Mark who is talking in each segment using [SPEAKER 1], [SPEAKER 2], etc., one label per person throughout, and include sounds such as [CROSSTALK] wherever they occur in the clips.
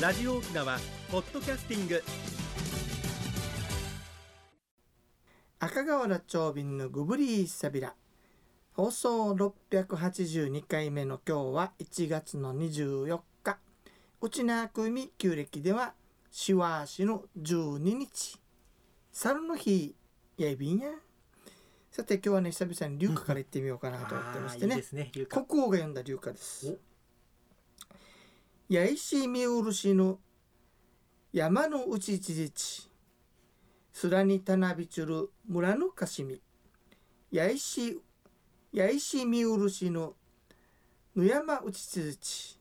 [SPEAKER 1] ラジオ沖縄ポッドキャスティング
[SPEAKER 2] 赤瓦長瓶のグブリーサビラ放送682回目の今日は1月の24日内縄組旧暦ではしわしの12日猿の日やいびんやさて今日はね久々に龍華から行ってみようかなと思ってましてね
[SPEAKER 3] あーいいですね。流
[SPEAKER 2] 国王が読んだ流歌です
[SPEAKER 3] お。
[SPEAKER 2] 八石見漆の山の内地地すらにたなびちゅる村のかしみ八石八石見漆の野山内地地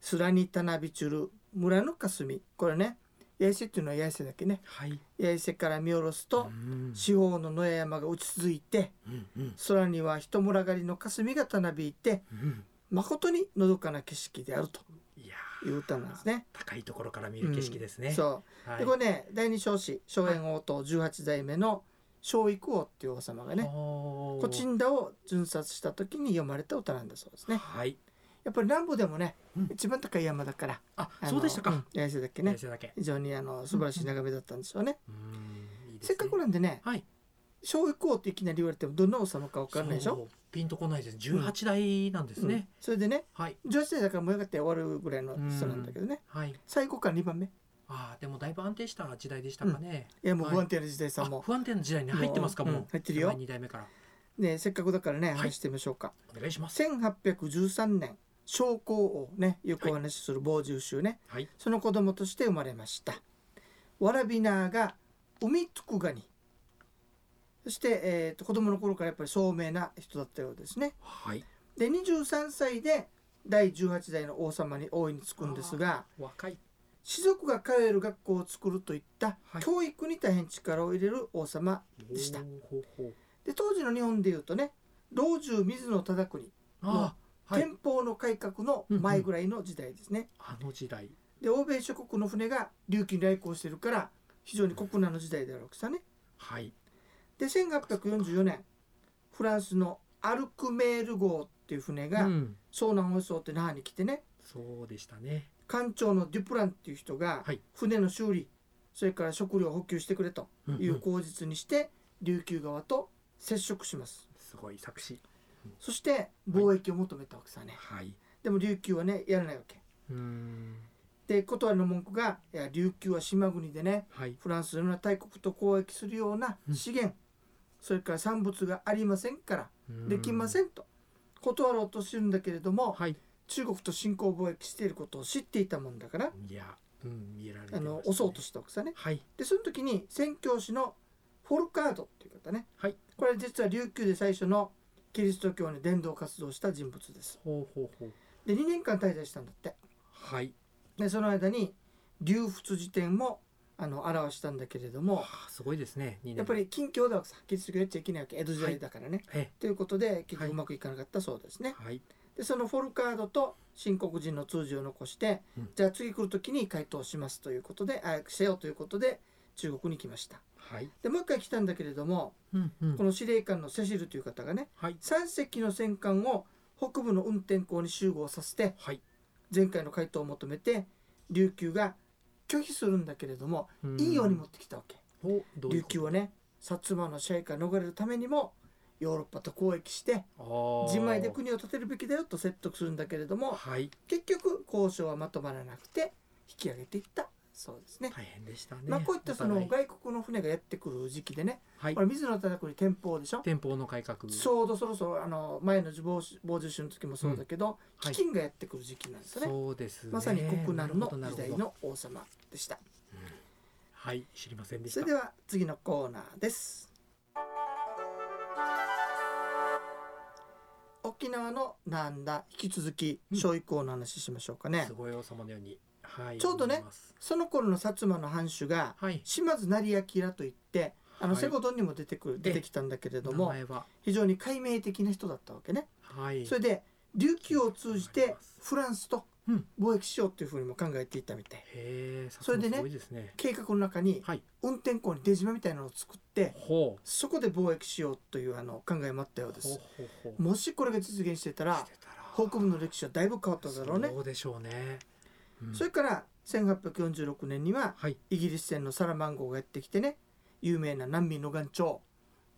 [SPEAKER 2] すらにたなびちゅる村のかすみこれね八石っていうのは八石だっけね
[SPEAKER 3] はい。
[SPEAKER 2] 八石から見下ろすと、
[SPEAKER 3] うん
[SPEAKER 2] 四方の野山が落ち着いて、
[SPEAKER 3] うんうん
[SPEAKER 2] 空には人群がりの霞がたなびいて
[SPEAKER 3] うん
[SPEAKER 2] 誠にのどかな景色であると
[SPEAKER 3] いや
[SPEAKER 2] いう歌なんですね。
[SPEAKER 3] 高いところから見る景色ですね。
[SPEAKER 2] そ
[SPEAKER 3] は
[SPEAKER 2] う
[SPEAKER 3] い。
[SPEAKER 2] でこれね第二少子荘園王と18代目の荘育王っていう王様がね
[SPEAKER 3] おー
[SPEAKER 2] コチンダを巡殺した時に読まれた歌なんだそうですね。
[SPEAKER 3] はい。
[SPEAKER 2] やっぱり南部でもね、
[SPEAKER 3] うん
[SPEAKER 2] 一番高い山だから
[SPEAKER 3] あ、
[SPEAKER 2] あの
[SPEAKER 3] そうでしたか。
[SPEAKER 2] ん八重瀬だっけ
[SPEAKER 3] ね。
[SPEAKER 2] ね
[SPEAKER 3] 先生だけ。
[SPEAKER 2] 非常にあの素晴らしい眺めだったんでしょうね。
[SPEAKER 3] うんいいです
[SPEAKER 2] せ
[SPEAKER 3] ね
[SPEAKER 2] っかくなんでね
[SPEAKER 3] はい。
[SPEAKER 2] 荘育王っていきなり言われてもどんな王様か分かんないでし
[SPEAKER 3] そ
[SPEAKER 2] ょ。
[SPEAKER 3] う。ピンとこないです。十八代なんです
[SPEAKER 2] うん
[SPEAKER 3] ね。
[SPEAKER 2] それでね
[SPEAKER 3] はい
[SPEAKER 2] 女子代だからもうやがって終わるぐらいの人なんだけどね。
[SPEAKER 3] はい。
[SPEAKER 2] 最高から2番目い
[SPEAKER 3] あーでもだいぶ安定した時代でしたかね。
[SPEAKER 2] やもう
[SPEAKER 3] はい
[SPEAKER 2] 不安定な時代さ
[SPEAKER 3] あ
[SPEAKER 2] んも、
[SPEAKER 3] 不安定な時代に入ってますか
[SPEAKER 2] もう
[SPEAKER 3] も
[SPEAKER 2] う。
[SPEAKER 3] うん
[SPEAKER 2] 入ってるよ
[SPEAKER 3] 手前二代目から
[SPEAKER 2] ねせっかくだからね
[SPEAKER 3] い
[SPEAKER 2] 話してみましょうか、
[SPEAKER 3] お願いします。
[SPEAKER 2] 1813年将校王ねよくお話しする傍受衆ね、
[SPEAKER 3] はい。
[SPEAKER 2] その子供として生まれましたわらびなが海つくがにそして、えー、と子供の頃からやっぱり聡明な人だったようですね
[SPEAKER 3] はい。
[SPEAKER 2] で23歳で第18代の王様に王位につくんですが
[SPEAKER 3] 若い。
[SPEAKER 2] 士族が通える学校を作るといった
[SPEAKER 3] はい
[SPEAKER 2] 教育に大変力を入れる王様でした
[SPEAKER 3] ほうほうほう
[SPEAKER 2] で当時の日本でいうとね老中水野忠国、
[SPEAKER 3] あーはい。
[SPEAKER 2] 天保の改革の前ぐらいの時代ですね、
[SPEAKER 3] あの時代。
[SPEAKER 2] で欧米諸国の船が琉球に来航してるから非常に国難の時代であるわけさね
[SPEAKER 3] はい。
[SPEAKER 2] で1844年フランスのアルクメール号っていう船が
[SPEAKER 3] うん
[SPEAKER 2] 湘南放送って那覇に来てね
[SPEAKER 3] そうでしたね。
[SPEAKER 2] 艦長のデュプランっていう人が
[SPEAKER 3] はい
[SPEAKER 2] 船の修理それから食料を補給してくれという口実にして琉球側と接触します
[SPEAKER 3] すごい作詞。
[SPEAKER 2] そして貿易を求めたわけさね、
[SPEAKER 3] はい。
[SPEAKER 2] でも琉球はねやらないわけ
[SPEAKER 3] うん。
[SPEAKER 2] で断りの文句がいや琉球は島国でね
[SPEAKER 3] はい。
[SPEAKER 2] フランスのような大国と交易するような
[SPEAKER 3] うん
[SPEAKER 2] 資源、それから産物がありませんからできま
[SPEAKER 3] ん。
[SPEAKER 2] せんと断ろうとするんだけれども、
[SPEAKER 3] はい。
[SPEAKER 2] 中国と新興貿易していることを知っていたもんだから
[SPEAKER 3] いや、うん、見られてま
[SPEAKER 2] あ
[SPEAKER 3] したね
[SPEAKER 2] の襲おうとしたわけさね
[SPEAKER 3] はい。
[SPEAKER 2] でその時に宣教師のフォルカードっていう方ね、
[SPEAKER 3] はい
[SPEAKER 2] これ実は琉球で最初のキリスト教に伝道活動した人物です
[SPEAKER 3] ほうほうほう。
[SPEAKER 2] で2年間滞在したんだって
[SPEAKER 3] はい。
[SPEAKER 2] でその間に流仏辞典もあの表したんだけれども
[SPEAKER 3] あ、すごいですね。二年
[SPEAKER 2] やっぱ。り近況だわけさキリスト教やっちゃいけないわけ江戸時代だからね、
[SPEAKER 3] え。
[SPEAKER 2] ということで結
[SPEAKER 3] はい
[SPEAKER 2] 局うまくいかなかったそうですね、
[SPEAKER 3] はい。
[SPEAKER 2] でそのフォルカードと新国人の通じを残して、
[SPEAKER 3] うん
[SPEAKER 2] じゃあ次来る時に回答しますということであせよということで中国に来ました
[SPEAKER 3] はい。
[SPEAKER 2] でもう一回来たんだけれども、
[SPEAKER 3] うん。うん
[SPEAKER 2] こ。の司令官のセシルという方がね
[SPEAKER 3] はい。
[SPEAKER 2] 3隻の戦艦を北部の運転港に集合させて
[SPEAKER 3] はい。
[SPEAKER 2] 前回の回答を求めて琉球が拒否するんだけれどもいいように持ってきたわけ
[SPEAKER 3] うん。お、どういう
[SPEAKER 2] 琉
[SPEAKER 3] こ
[SPEAKER 2] 球はね薩摩の支配から逃れるためにもヨーロッパと交易して
[SPEAKER 3] と。ああ。
[SPEAKER 2] 自前で。国を建てるべきだよと説得するんだけれども
[SPEAKER 3] はい。
[SPEAKER 2] 結局交渉はまとまらなくて引き上げていったそうですね。
[SPEAKER 3] 大変でしたね。
[SPEAKER 2] まあこういったその
[SPEAKER 3] お互い
[SPEAKER 2] 外国の船がやってくる時期でね
[SPEAKER 3] はい
[SPEAKER 2] こ。れ水野忠国天保でしょ
[SPEAKER 3] 天保の改革。
[SPEAKER 2] ちょうどそろそろあの前の防受衆の時もそうだけど
[SPEAKER 3] うんはい
[SPEAKER 2] 飢饉がやってくる時期なんですよね。
[SPEAKER 3] そうですね。
[SPEAKER 2] まさに国
[SPEAKER 3] な
[SPEAKER 2] 難
[SPEAKER 3] るほ
[SPEAKER 2] の
[SPEAKER 3] どなる
[SPEAKER 2] 時
[SPEAKER 3] ほど
[SPEAKER 2] 代。の王様でした。
[SPEAKER 3] はい、知りませんでし
[SPEAKER 2] そ
[SPEAKER 3] た
[SPEAKER 2] れで。は次のコーナーです沖縄のなんだ引き続き
[SPEAKER 3] うん
[SPEAKER 2] 小以降の話しましょうかね、
[SPEAKER 3] すごい王様のように。はい。
[SPEAKER 2] ちょうどね
[SPEAKER 3] 思います。
[SPEAKER 2] その頃の薩摩の藩主が
[SPEAKER 3] はい。
[SPEAKER 2] 島津成明といってあの
[SPEAKER 3] はい
[SPEAKER 2] 瀬古丼にも出てくる、出てきたんだけれど
[SPEAKER 3] 名
[SPEAKER 2] も
[SPEAKER 3] 前は。
[SPEAKER 2] 非常に解明的な人だったわけね、
[SPEAKER 3] はい。
[SPEAKER 2] それで琉球を通じてフランスと
[SPEAKER 3] うん
[SPEAKER 2] 貿易しようというふうにも考えていたみたい
[SPEAKER 3] へえ。
[SPEAKER 2] それでね
[SPEAKER 3] すごいですね。
[SPEAKER 2] 計画の中に
[SPEAKER 3] はい。
[SPEAKER 2] 運転港に出島みたいなのを作って
[SPEAKER 3] ほう。
[SPEAKER 2] そこで貿易しようというあの考えもあったようで
[SPEAKER 3] ほう
[SPEAKER 2] す。
[SPEAKER 3] ほうほう。
[SPEAKER 2] もしこれが実現してたら
[SPEAKER 3] してたら
[SPEAKER 2] 北部の歴史はだいぶ変わっただろうね。
[SPEAKER 3] そうでしょうね。うん
[SPEAKER 2] それから1846年には
[SPEAKER 3] はい
[SPEAKER 2] イギリス船のサラマン号がやってきてね有名な難民の岩頂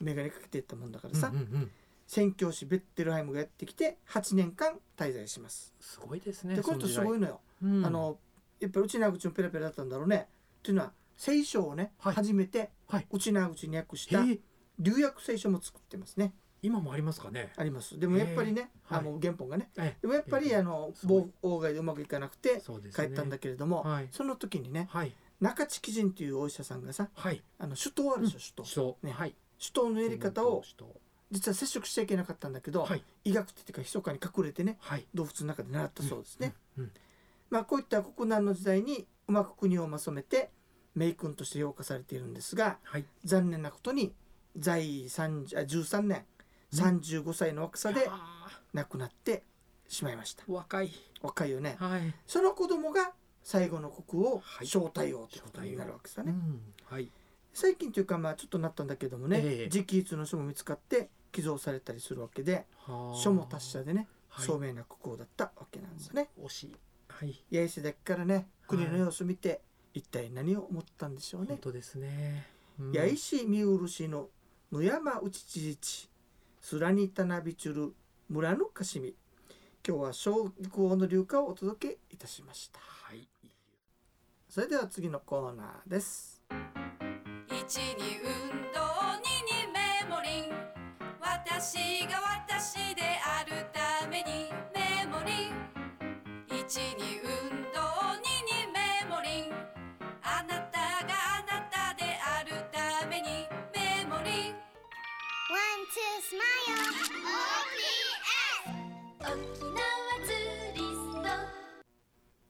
[SPEAKER 2] メガネかけてったもんだからさ、
[SPEAKER 3] うんうんうん
[SPEAKER 2] 宣教師ベッテルハイムがやってきて8年間滞在します。
[SPEAKER 3] すごいですね
[SPEAKER 2] でこの人すごい
[SPEAKER 3] い、
[SPEAKER 2] のよ。
[SPEAKER 3] うん
[SPEAKER 2] あのやっぱり内縄口のペラペラだったんだろうね。というのは聖書をね、
[SPEAKER 3] はい
[SPEAKER 2] 初めて
[SPEAKER 3] はい
[SPEAKER 2] 内縄口に訳し
[SPEAKER 3] へ
[SPEAKER 2] た
[SPEAKER 3] え
[SPEAKER 2] 留訳聖書も作ってますね。
[SPEAKER 3] 今もありますかね
[SPEAKER 2] あります。でもやっぱりね、
[SPEAKER 3] へえ
[SPEAKER 2] あの原本がね。
[SPEAKER 3] え
[SPEAKER 2] でもやっぱり
[SPEAKER 3] ええ
[SPEAKER 2] あの
[SPEAKER 3] すごい
[SPEAKER 2] 妨害でうまくいかなくて
[SPEAKER 3] そうです
[SPEAKER 2] 帰
[SPEAKER 3] ね
[SPEAKER 2] ったんだけれども、
[SPEAKER 3] はい
[SPEAKER 2] その時にね
[SPEAKER 3] はい
[SPEAKER 2] 中地基人というお医者さんがさ
[SPEAKER 3] はい
[SPEAKER 2] あの首頭あるでしょ、
[SPEAKER 3] 首
[SPEAKER 2] 首頭
[SPEAKER 3] 相、
[SPEAKER 2] ね
[SPEAKER 3] はい
[SPEAKER 2] 首頭のやり方を
[SPEAKER 3] 首相
[SPEAKER 2] 実は接触しちゃいけなかったんだけど、
[SPEAKER 3] はい
[SPEAKER 2] 医学っていうか密かに隠れてね
[SPEAKER 3] はい
[SPEAKER 2] 動物の中で習ったそうですね、
[SPEAKER 3] うんうん
[SPEAKER 2] まあこういった国難の時代にうまく国をまとめて名君として評価されているんですが
[SPEAKER 3] はい
[SPEAKER 2] 残念なことに在位30あ13年35歳の若さで
[SPEAKER 3] あ
[SPEAKER 2] 亡くなってしまいました
[SPEAKER 3] ー若い
[SPEAKER 2] 若いよね
[SPEAKER 3] はい
[SPEAKER 2] その子供が最後の国王
[SPEAKER 3] はい
[SPEAKER 2] 招待王ということになるわけさね、
[SPEAKER 3] うんはい
[SPEAKER 2] 最近というかまあちょっとなったんだけどもね、
[SPEAKER 3] ええ
[SPEAKER 2] 直筆の書も見つかって寄贈されたりするわけで
[SPEAKER 3] はあ
[SPEAKER 2] 書も達者でね、
[SPEAKER 3] はい
[SPEAKER 2] 聡明な国王だったわけなんですよね
[SPEAKER 3] 惜しいはい
[SPEAKER 2] 八重瀬だけからね国の様子見て、一体何を思ったんでしょう
[SPEAKER 3] 本
[SPEAKER 2] ね
[SPEAKER 3] 当ですねうん
[SPEAKER 2] 八重市見漆の野山内知事すらにたなびちゅる村のかしみ今日は小国王の流化をお届けいたしました
[SPEAKER 3] はい
[SPEAKER 2] それでは次のコーナーです
[SPEAKER 4] 一に運動二にメモリン私が私であるためにメモリン一に運動二にメモリンあなたがあなたであるためにメモリン
[SPEAKER 5] One, two, smile. OPS. 沖縄ツーリスト。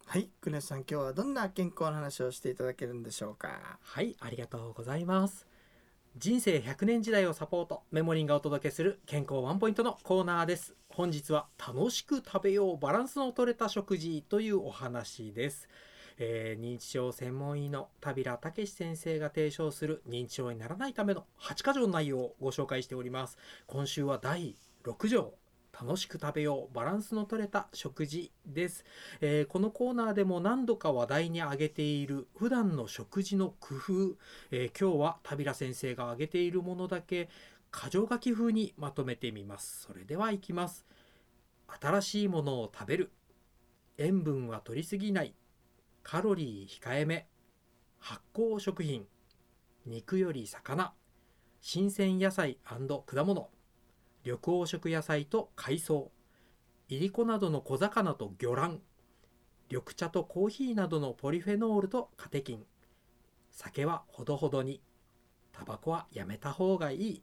[SPEAKER 2] はい、久根さん今日はどんな健康の話をしていただけるんでしょうか
[SPEAKER 3] はい、ありがとうございます。人生100年時代をサポート、メモリンがお届けする健康ワンポイントのコーナーです。本日は楽しく食べようバランスの取れた食事というお話です。えー認知症専門医の田平武史先生が提唱する認知症にならないための8か条の内容をご紹介しております。今週は第6条。楽しく食べようバランスの取れた食事です。えーこのコーナーでも何度か話題に挙げている普段の食事の工夫、えー今日は田平先生が挙げているものだけ箇条書き風にまとめてみますそれではいきます新しいものを食べる塩分は取りすぎないカロリー控えめ発酵食品肉より魚新鮮野菜果物緑黄色野菜と海藻いりこなどの小魚と魚卵緑茶とコーヒーなどのポリフェノールとカテキン酒はほどほどにタバコはやめた方がいい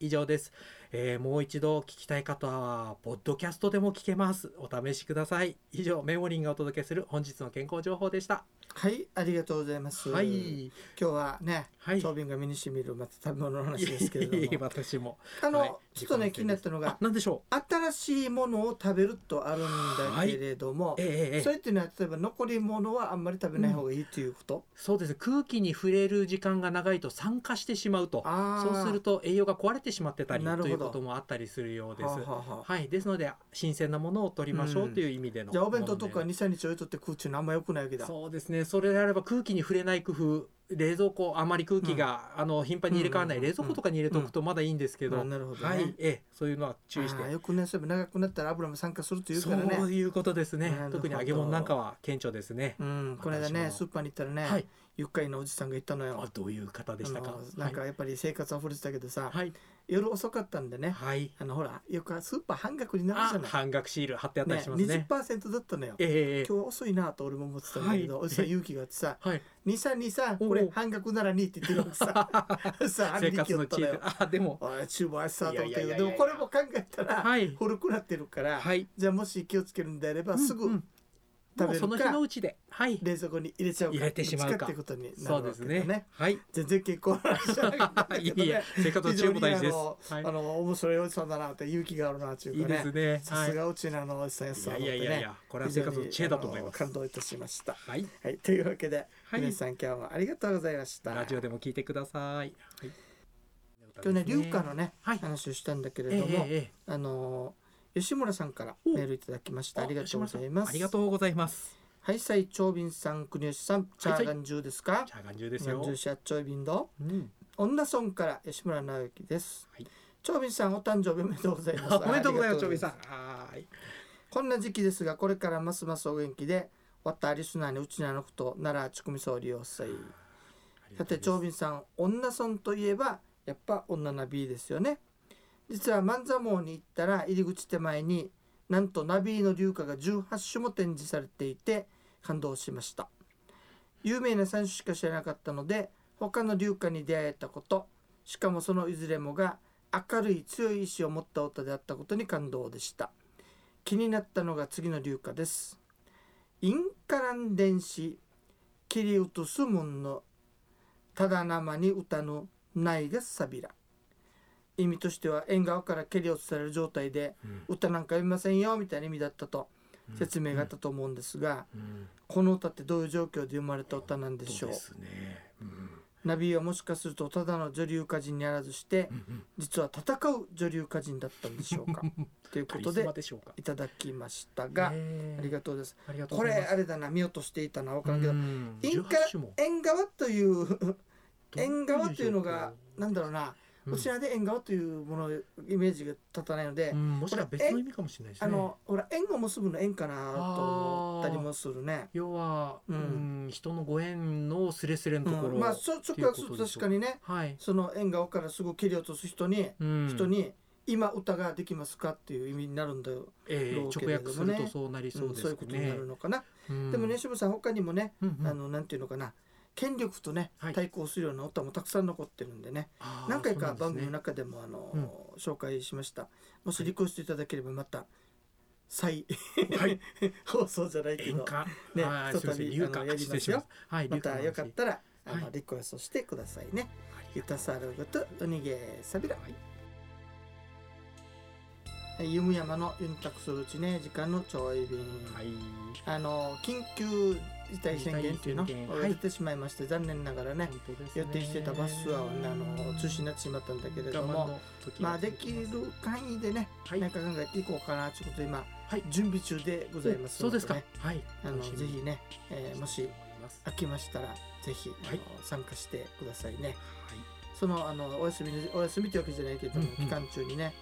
[SPEAKER 3] 以上です、えーもう一度聞きたい方はポッドキャストでも聞けますお試しください以上メモリンがお届けする本日の健康情報でした
[SPEAKER 2] はい、ありがとうございます、
[SPEAKER 3] は
[SPEAKER 2] 今
[SPEAKER 3] い
[SPEAKER 2] 日はね、
[SPEAKER 3] はい
[SPEAKER 2] 長瓶が身にしみるまた食べ物の話ですけれど
[SPEAKER 3] いえいえ
[SPEAKER 2] も
[SPEAKER 3] 私も
[SPEAKER 2] あの、
[SPEAKER 3] はい
[SPEAKER 2] ちょっとね
[SPEAKER 3] 自己
[SPEAKER 2] 気
[SPEAKER 3] 満足で
[SPEAKER 2] になっ
[SPEAKER 3] す
[SPEAKER 2] たの
[SPEAKER 3] あ
[SPEAKER 2] が
[SPEAKER 3] 何でしょ
[SPEAKER 2] 新しいものを食べるとあるんだけれども、
[SPEAKER 3] うえええええ
[SPEAKER 2] そ
[SPEAKER 3] え
[SPEAKER 2] れっていうのは例えば残り物はあんまり食べない方がいいということ、
[SPEAKER 3] そうです空気に触れる時間が長いと酸化してしまうと
[SPEAKER 2] ああ
[SPEAKER 3] そうする
[SPEAKER 2] と
[SPEAKER 3] と栄養が壊れてしまってたり
[SPEAKER 2] なる
[SPEAKER 3] と
[SPEAKER 2] ほど
[SPEAKER 3] いうこともあったりするようです。
[SPEAKER 2] はあはあはあ
[SPEAKER 3] はい、ですので新鮮なものを取りましょ
[SPEAKER 2] う
[SPEAKER 3] うんという意味での、
[SPEAKER 2] じゃあお弁当とか
[SPEAKER 3] に
[SPEAKER 2] 23日置いとって食うっていうのはあんま良くないわけだ
[SPEAKER 3] そうですねそれであれば空気に触れない工夫冷蔵庫あまり空気が、あの頻繁に入れ替わらな
[SPEAKER 2] う
[SPEAKER 3] い
[SPEAKER 2] んうんうん
[SPEAKER 3] 冷蔵庫とかに入れておくとまだいいんですけど,、
[SPEAKER 2] あなるほどね
[SPEAKER 3] はいええそういうのは注意して
[SPEAKER 2] あーよくねそういえば長くなったら油も酸化するというからね
[SPEAKER 3] そういうことです
[SPEAKER 2] な
[SPEAKER 3] ね
[SPEAKER 2] るほど
[SPEAKER 3] 特に揚げ物なんかは顕著ですね、
[SPEAKER 2] うん、この間
[SPEAKER 3] 私
[SPEAKER 2] ね
[SPEAKER 3] も
[SPEAKER 2] スーパーに行ったらね、
[SPEAKER 3] はい
[SPEAKER 2] 愉快なおじさんが言ったのよ
[SPEAKER 3] あどういう方でした
[SPEAKER 2] あ
[SPEAKER 3] か
[SPEAKER 2] のなんかやっぱり生活溢れてたけどさ、
[SPEAKER 3] はい
[SPEAKER 2] 夜遅かったんでね、
[SPEAKER 3] はい、
[SPEAKER 2] あのほらよくスーパー半額になるじ
[SPEAKER 3] あ
[SPEAKER 2] ゃない
[SPEAKER 3] 半額シール貼ってあったり
[SPEAKER 2] ね
[SPEAKER 3] しますね
[SPEAKER 2] 20%だったのよ、
[SPEAKER 3] ええええ
[SPEAKER 2] 今日遅いなと俺も思ってたんだけど、
[SPEAKER 3] はい
[SPEAKER 2] おじさん勇気があってさ
[SPEAKER 3] はい
[SPEAKER 2] 「2323
[SPEAKER 3] おう
[SPEAKER 2] これ半額なら2」って言ってるわ
[SPEAKER 3] [LAUGHS]
[SPEAKER 2] けささあ
[SPEAKER 3] 生
[SPEAKER 2] 兄
[SPEAKER 3] 活
[SPEAKER 2] 貴やっ
[SPEAKER 3] の
[SPEAKER 2] た
[SPEAKER 3] 知恵
[SPEAKER 2] の
[SPEAKER 3] で
[SPEAKER 2] よ
[SPEAKER 3] あでも
[SPEAKER 2] おい厨房あっさと思ったけ
[SPEAKER 3] い
[SPEAKER 2] ど
[SPEAKER 3] やい
[SPEAKER 2] で
[SPEAKER 3] やいやいや
[SPEAKER 2] もこれも考えたら、
[SPEAKER 3] はい
[SPEAKER 2] 古くなってるから、
[SPEAKER 3] はい
[SPEAKER 2] じゃあもし気をつけるんであればす
[SPEAKER 3] うんう
[SPEAKER 2] ぐ
[SPEAKER 3] ん
[SPEAKER 2] 食
[SPEAKER 3] もう
[SPEAKER 2] べ
[SPEAKER 3] そ
[SPEAKER 2] る
[SPEAKER 3] の日
[SPEAKER 2] か
[SPEAKER 3] のうちではい
[SPEAKER 2] 冷蔵庫に入れちゃうか
[SPEAKER 3] 入れてしまうか
[SPEAKER 2] どっちってことにな
[SPEAKER 3] そう
[SPEAKER 2] るわ
[SPEAKER 3] で
[SPEAKER 2] け
[SPEAKER 3] す
[SPEAKER 2] だ
[SPEAKER 3] ね
[SPEAKER 2] ね。
[SPEAKER 3] はい
[SPEAKER 2] 全然健康な話じゃなかったんだ
[SPEAKER 3] [LAUGHS] い
[SPEAKER 2] けど
[SPEAKER 3] えいえ
[SPEAKER 2] ね。
[SPEAKER 3] 生活の知恵も大事です
[SPEAKER 2] 非常にあ
[SPEAKER 3] はい
[SPEAKER 2] の、あの面白いおじさんだなって勇気があるなってい
[SPEAKER 3] いうい
[SPEAKER 2] か
[SPEAKER 3] です
[SPEAKER 2] ね。
[SPEAKER 3] ね
[SPEAKER 2] さ
[SPEAKER 3] はい
[SPEAKER 2] すがうちのあのおじさんやさん
[SPEAKER 3] いやいやいやいやこれは生活の知恵だと思います
[SPEAKER 2] 感動いたしました。
[SPEAKER 3] はい
[SPEAKER 2] はい、というわけで、
[SPEAKER 3] はい
[SPEAKER 2] 皆さん今日もありがとうございました。
[SPEAKER 3] ラジオでも聞いてくださいはい
[SPEAKER 2] 今日ね、龍華のね、
[SPEAKER 3] はい
[SPEAKER 2] 話をしたんだけ
[SPEAKER 3] え
[SPEAKER 2] れ
[SPEAKER 3] ええ
[SPEAKER 2] ども、
[SPEAKER 3] えええ
[SPEAKER 2] あの吉村さんからメールいただきました。ありがとうございま
[SPEAKER 3] あ吉村さ
[SPEAKER 2] す。
[SPEAKER 3] んありがとうございます
[SPEAKER 2] はい、最長便さん、国吉さん、チャーガン中ですか
[SPEAKER 3] チ。ャーガン中です
[SPEAKER 2] チャー
[SPEAKER 3] よ
[SPEAKER 2] ガン。中社長便の
[SPEAKER 3] うん、
[SPEAKER 2] 女村から吉村直之です。
[SPEAKER 3] はい
[SPEAKER 2] 長便さん、お誕生日おめでとうございます。
[SPEAKER 3] あ [LAUGHS] おめでとうございます、
[SPEAKER 2] あ
[SPEAKER 3] ちょ
[SPEAKER 2] り
[SPEAKER 3] び
[SPEAKER 2] が
[SPEAKER 3] さん。はーい。
[SPEAKER 2] こんな時期ですが、これからますますお元気で、わったリスナーにうちなのこと、奈良ちくみそう利用さい。さて長敏さん女村といえばやっぱ女ナビですよね実は万座網に行ったら入り口手前になんとナビの流花が18種も展示されていて感動しました有名な3種しか知らなかったので他の流花に出会えたことしかもそのいずれもが明るい強い意志を持った音であったことに感動でした気になったのが次の流花ですインカラン電子切り落とすもんのただ生に歌のないがさびら意味としては縁側から蹴り落とされる状態で
[SPEAKER 3] うん
[SPEAKER 2] 歌なんか読みませんよみたいな意味だったと
[SPEAKER 3] うん
[SPEAKER 2] 説明があったと思うんですが、
[SPEAKER 3] うん
[SPEAKER 2] この歌ってどういう状況で生まれた歌なんでし
[SPEAKER 3] そ
[SPEAKER 2] ょ
[SPEAKER 3] う
[SPEAKER 2] う
[SPEAKER 3] ですね。うん
[SPEAKER 2] ナビはもしかするとただの女流歌人にあらずして
[SPEAKER 3] うん
[SPEAKER 2] 実は戦う女流歌人だったんでしょう
[SPEAKER 3] [LAUGHS]
[SPEAKER 2] かという
[SPEAKER 3] カ
[SPEAKER 2] こ
[SPEAKER 3] リ
[SPEAKER 2] と
[SPEAKER 3] ス
[SPEAKER 2] で
[SPEAKER 3] マでしょうか。
[SPEAKER 2] いただきましたが、
[SPEAKER 3] ねえ
[SPEAKER 2] ありがとうです
[SPEAKER 3] ありがとうご
[SPEAKER 2] これ
[SPEAKER 3] ざいます。
[SPEAKER 2] あれだな見落としていたな分からんけど、
[SPEAKER 3] うん
[SPEAKER 2] インカ
[SPEAKER 3] 18種も
[SPEAKER 2] 縁側という
[SPEAKER 3] どういう
[SPEAKER 2] 縁側というのが
[SPEAKER 3] 状況
[SPEAKER 2] なんだろうな
[SPEAKER 3] うん
[SPEAKER 2] こちらで縁側というもののイメージが立たないので、
[SPEAKER 3] うん、もしかしたら別の意味かもしれないです
[SPEAKER 2] あ
[SPEAKER 3] ね。
[SPEAKER 2] のほら縁を結ぶの縁かなと思ったりもするね。
[SPEAKER 3] 要は、う
[SPEAKER 2] うん
[SPEAKER 3] ん、人のご縁のすれすれの
[SPEAKER 2] う
[SPEAKER 3] ところ、
[SPEAKER 2] ん、まあそ直訳すると確かにね
[SPEAKER 3] はい、
[SPEAKER 2] その縁側からすぐ切り落とす人に、
[SPEAKER 3] うん、
[SPEAKER 2] 人に今歌ができますかっていう意味になるんだよ、
[SPEAKER 3] えー
[SPEAKER 2] どうけ
[SPEAKER 3] 直
[SPEAKER 2] れ
[SPEAKER 3] 訳
[SPEAKER 2] ど
[SPEAKER 3] す
[SPEAKER 2] も
[SPEAKER 3] る
[SPEAKER 2] ね
[SPEAKER 3] とそうなりそう
[SPEAKER 2] うん
[SPEAKER 3] です
[SPEAKER 2] そういうことにな
[SPEAKER 3] ね
[SPEAKER 2] る。のかな。
[SPEAKER 3] うん
[SPEAKER 2] でもね、渋さん他にもね、
[SPEAKER 3] うんうん
[SPEAKER 2] あのなんていうのかな権力とね
[SPEAKER 3] はい
[SPEAKER 2] 対抗するような歌もたくさん残ってるんでね、
[SPEAKER 3] あー
[SPEAKER 2] 何回か
[SPEAKER 3] そう
[SPEAKER 2] 番組の
[SPEAKER 3] なんで
[SPEAKER 2] 中でもあの、
[SPEAKER 3] うん
[SPEAKER 2] 紹介しましたもしリクエストいただければまた再、
[SPEAKER 3] はい
[SPEAKER 2] [LAUGHS] 放送じゃないけ
[SPEAKER 3] すね
[SPEAKER 2] ど
[SPEAKER 3] 演歌、
[SPEAKER 2] ね
[SPEAKER 3] はい、す
[SPEAKER 2] 再
[SPEAKER 3] みません、
[SPEAKER 2] び
[SPEAKER 3] 流
[SPEAKER 2] あのや
[SPEAKER 3] 歌、
[SPEAKER 2] り
[SPEAKER 3] 失
[SPEAKER 2] ま
[SPEAKER 3] 礼
[SPEAKER 2] す
[SPEAKER 3] しま
[SPEAKER 2] よ
[SPEAKER 3] す。はい、
[SPEAKER 2] またよかったらあの、
[SPEAKER 3] はい
[SPEAKER 2] リクエストしてくださいね「
[SPEAKER 3] 流
[SPEAKER 2] ゆ
[SPEAKER 3] 歌
[SPEAKER 2] た
[SPEAKER 3] の話。
[SPEAKER 2] さるごとおにげさびら」はい「ゆむやまのゆんたくするうちね時間のちょい便」
[SPEAKER 3] はい、
[SPEAKER 2] あの緊急事態宣言っていうの
[SPEAKER 3] 緊急事態宣言
[SPEAKER 2] を
[SPEAKER 3] はい
[SPEAKER 2] 出てしまいまして、残念ながらね
[SPEAKER 3] 本当ですね
[SPEAKER 2] 予定してたバスツアーはねあの中止になってしまったんだけれど
[SPEAKER 3] 我慢
[SPEAKER 2] も
[SPEAKER 3] の時が
[SPEAKER 2] まあできる範囲でね
[SPEAKER 3] はい
[SPEAKER 2] なんか考えていこうかなということで今、
[SPEAKER 3] はい
[SPEAKER 2] 準備中でございます
[SPEAKER 3] そう
[SPEAKER 2] の
[SPEAKER 3] で
[SPEAKER 2] です
[SPEAKER 3] か
[SPEAKER 2] ね。
[SPEAKER 3] はい、
[SPEAKER 2] あの
[SPEAKER 3] 楽しみ
[SPEAKER 2] ぜひね、えーもし飽きましたらぜひ、あの
[SPEAKER 3] はい
[SPEAKER 2] 参加してくださいね。
[SPEAKER 3] はい、
[SPEAKER 2] そのあのお休みのお休みってわけじゃないけども、
[SPEAKER 3] うんうん
[SPEAKER 2] 期間中にね。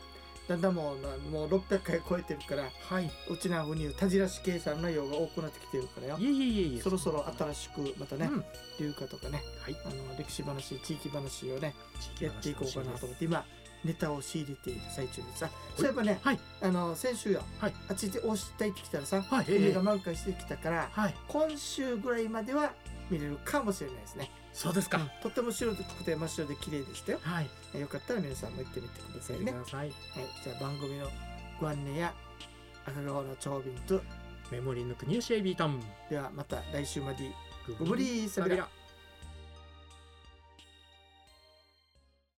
[SPEAKER 2] だんだんもうなもう600回超えてるから
[SPEAKER 3] はい、
[SPEAKER 2] うちなふうに言うたじらし計算の用が多くなってきてるからよ
[SPEAKER 3] いえいえいえいえ、
[SPEAKER 2] そろそろ新しくまたね、
[SPEAKER 3] うん
[SPEAKER 2] 流歌とかね
[SPEAKER 3] はい、
[SPEAKER 2] あの歴史話地域話をね
[SPEAKER 3] 地域
[SPEAKER 2] や
[SPEAKER 3] 話
[SPEAKER 2] っていこうかなと思って今ネタを仕入れている最中でさ
[SPEAKER 3] い
[SPEAKER 2] そういえばね、
[SPEAKER 3] はい
[SPEAKER 2] あの先週よ、
[SPEAKER 3] はい
[SPEAKER 2] あっちで押したいってきたらさ、
[SPEAKER 3] はい、え
[SPEAKER 2] 海が
[SPEAKER 3] え
[SPEAKER 2] 満開してきたから
[SPEAKER 3] はい、
[SPEAKER 2] 今週ぐらいまでは見れるかもしれないですね、
[SPEAKER 3] そうですか。
[SPEAKER 2] とっても白くて真っ白で綺麗でしたよ
[SPEAKER 3] はい、
[SPEAKER 2] えよかったら皆さんも行ってみてくださいね、
[SPEAKER 3] く
[SPEAKER 2] は
[SPEAKER 3] ださい。
[SPEAKER 2] い、じゃあ番組のご案内や赤川の長瓶と
[SPEAKER 3] メモリーの国吉エビータン。
[SPEAKER 2] ではまた来週まで
[SPEAKER 3] グ
[SPEAKER 2] ごぶりーさびら
[SPEAKER 3] ラ。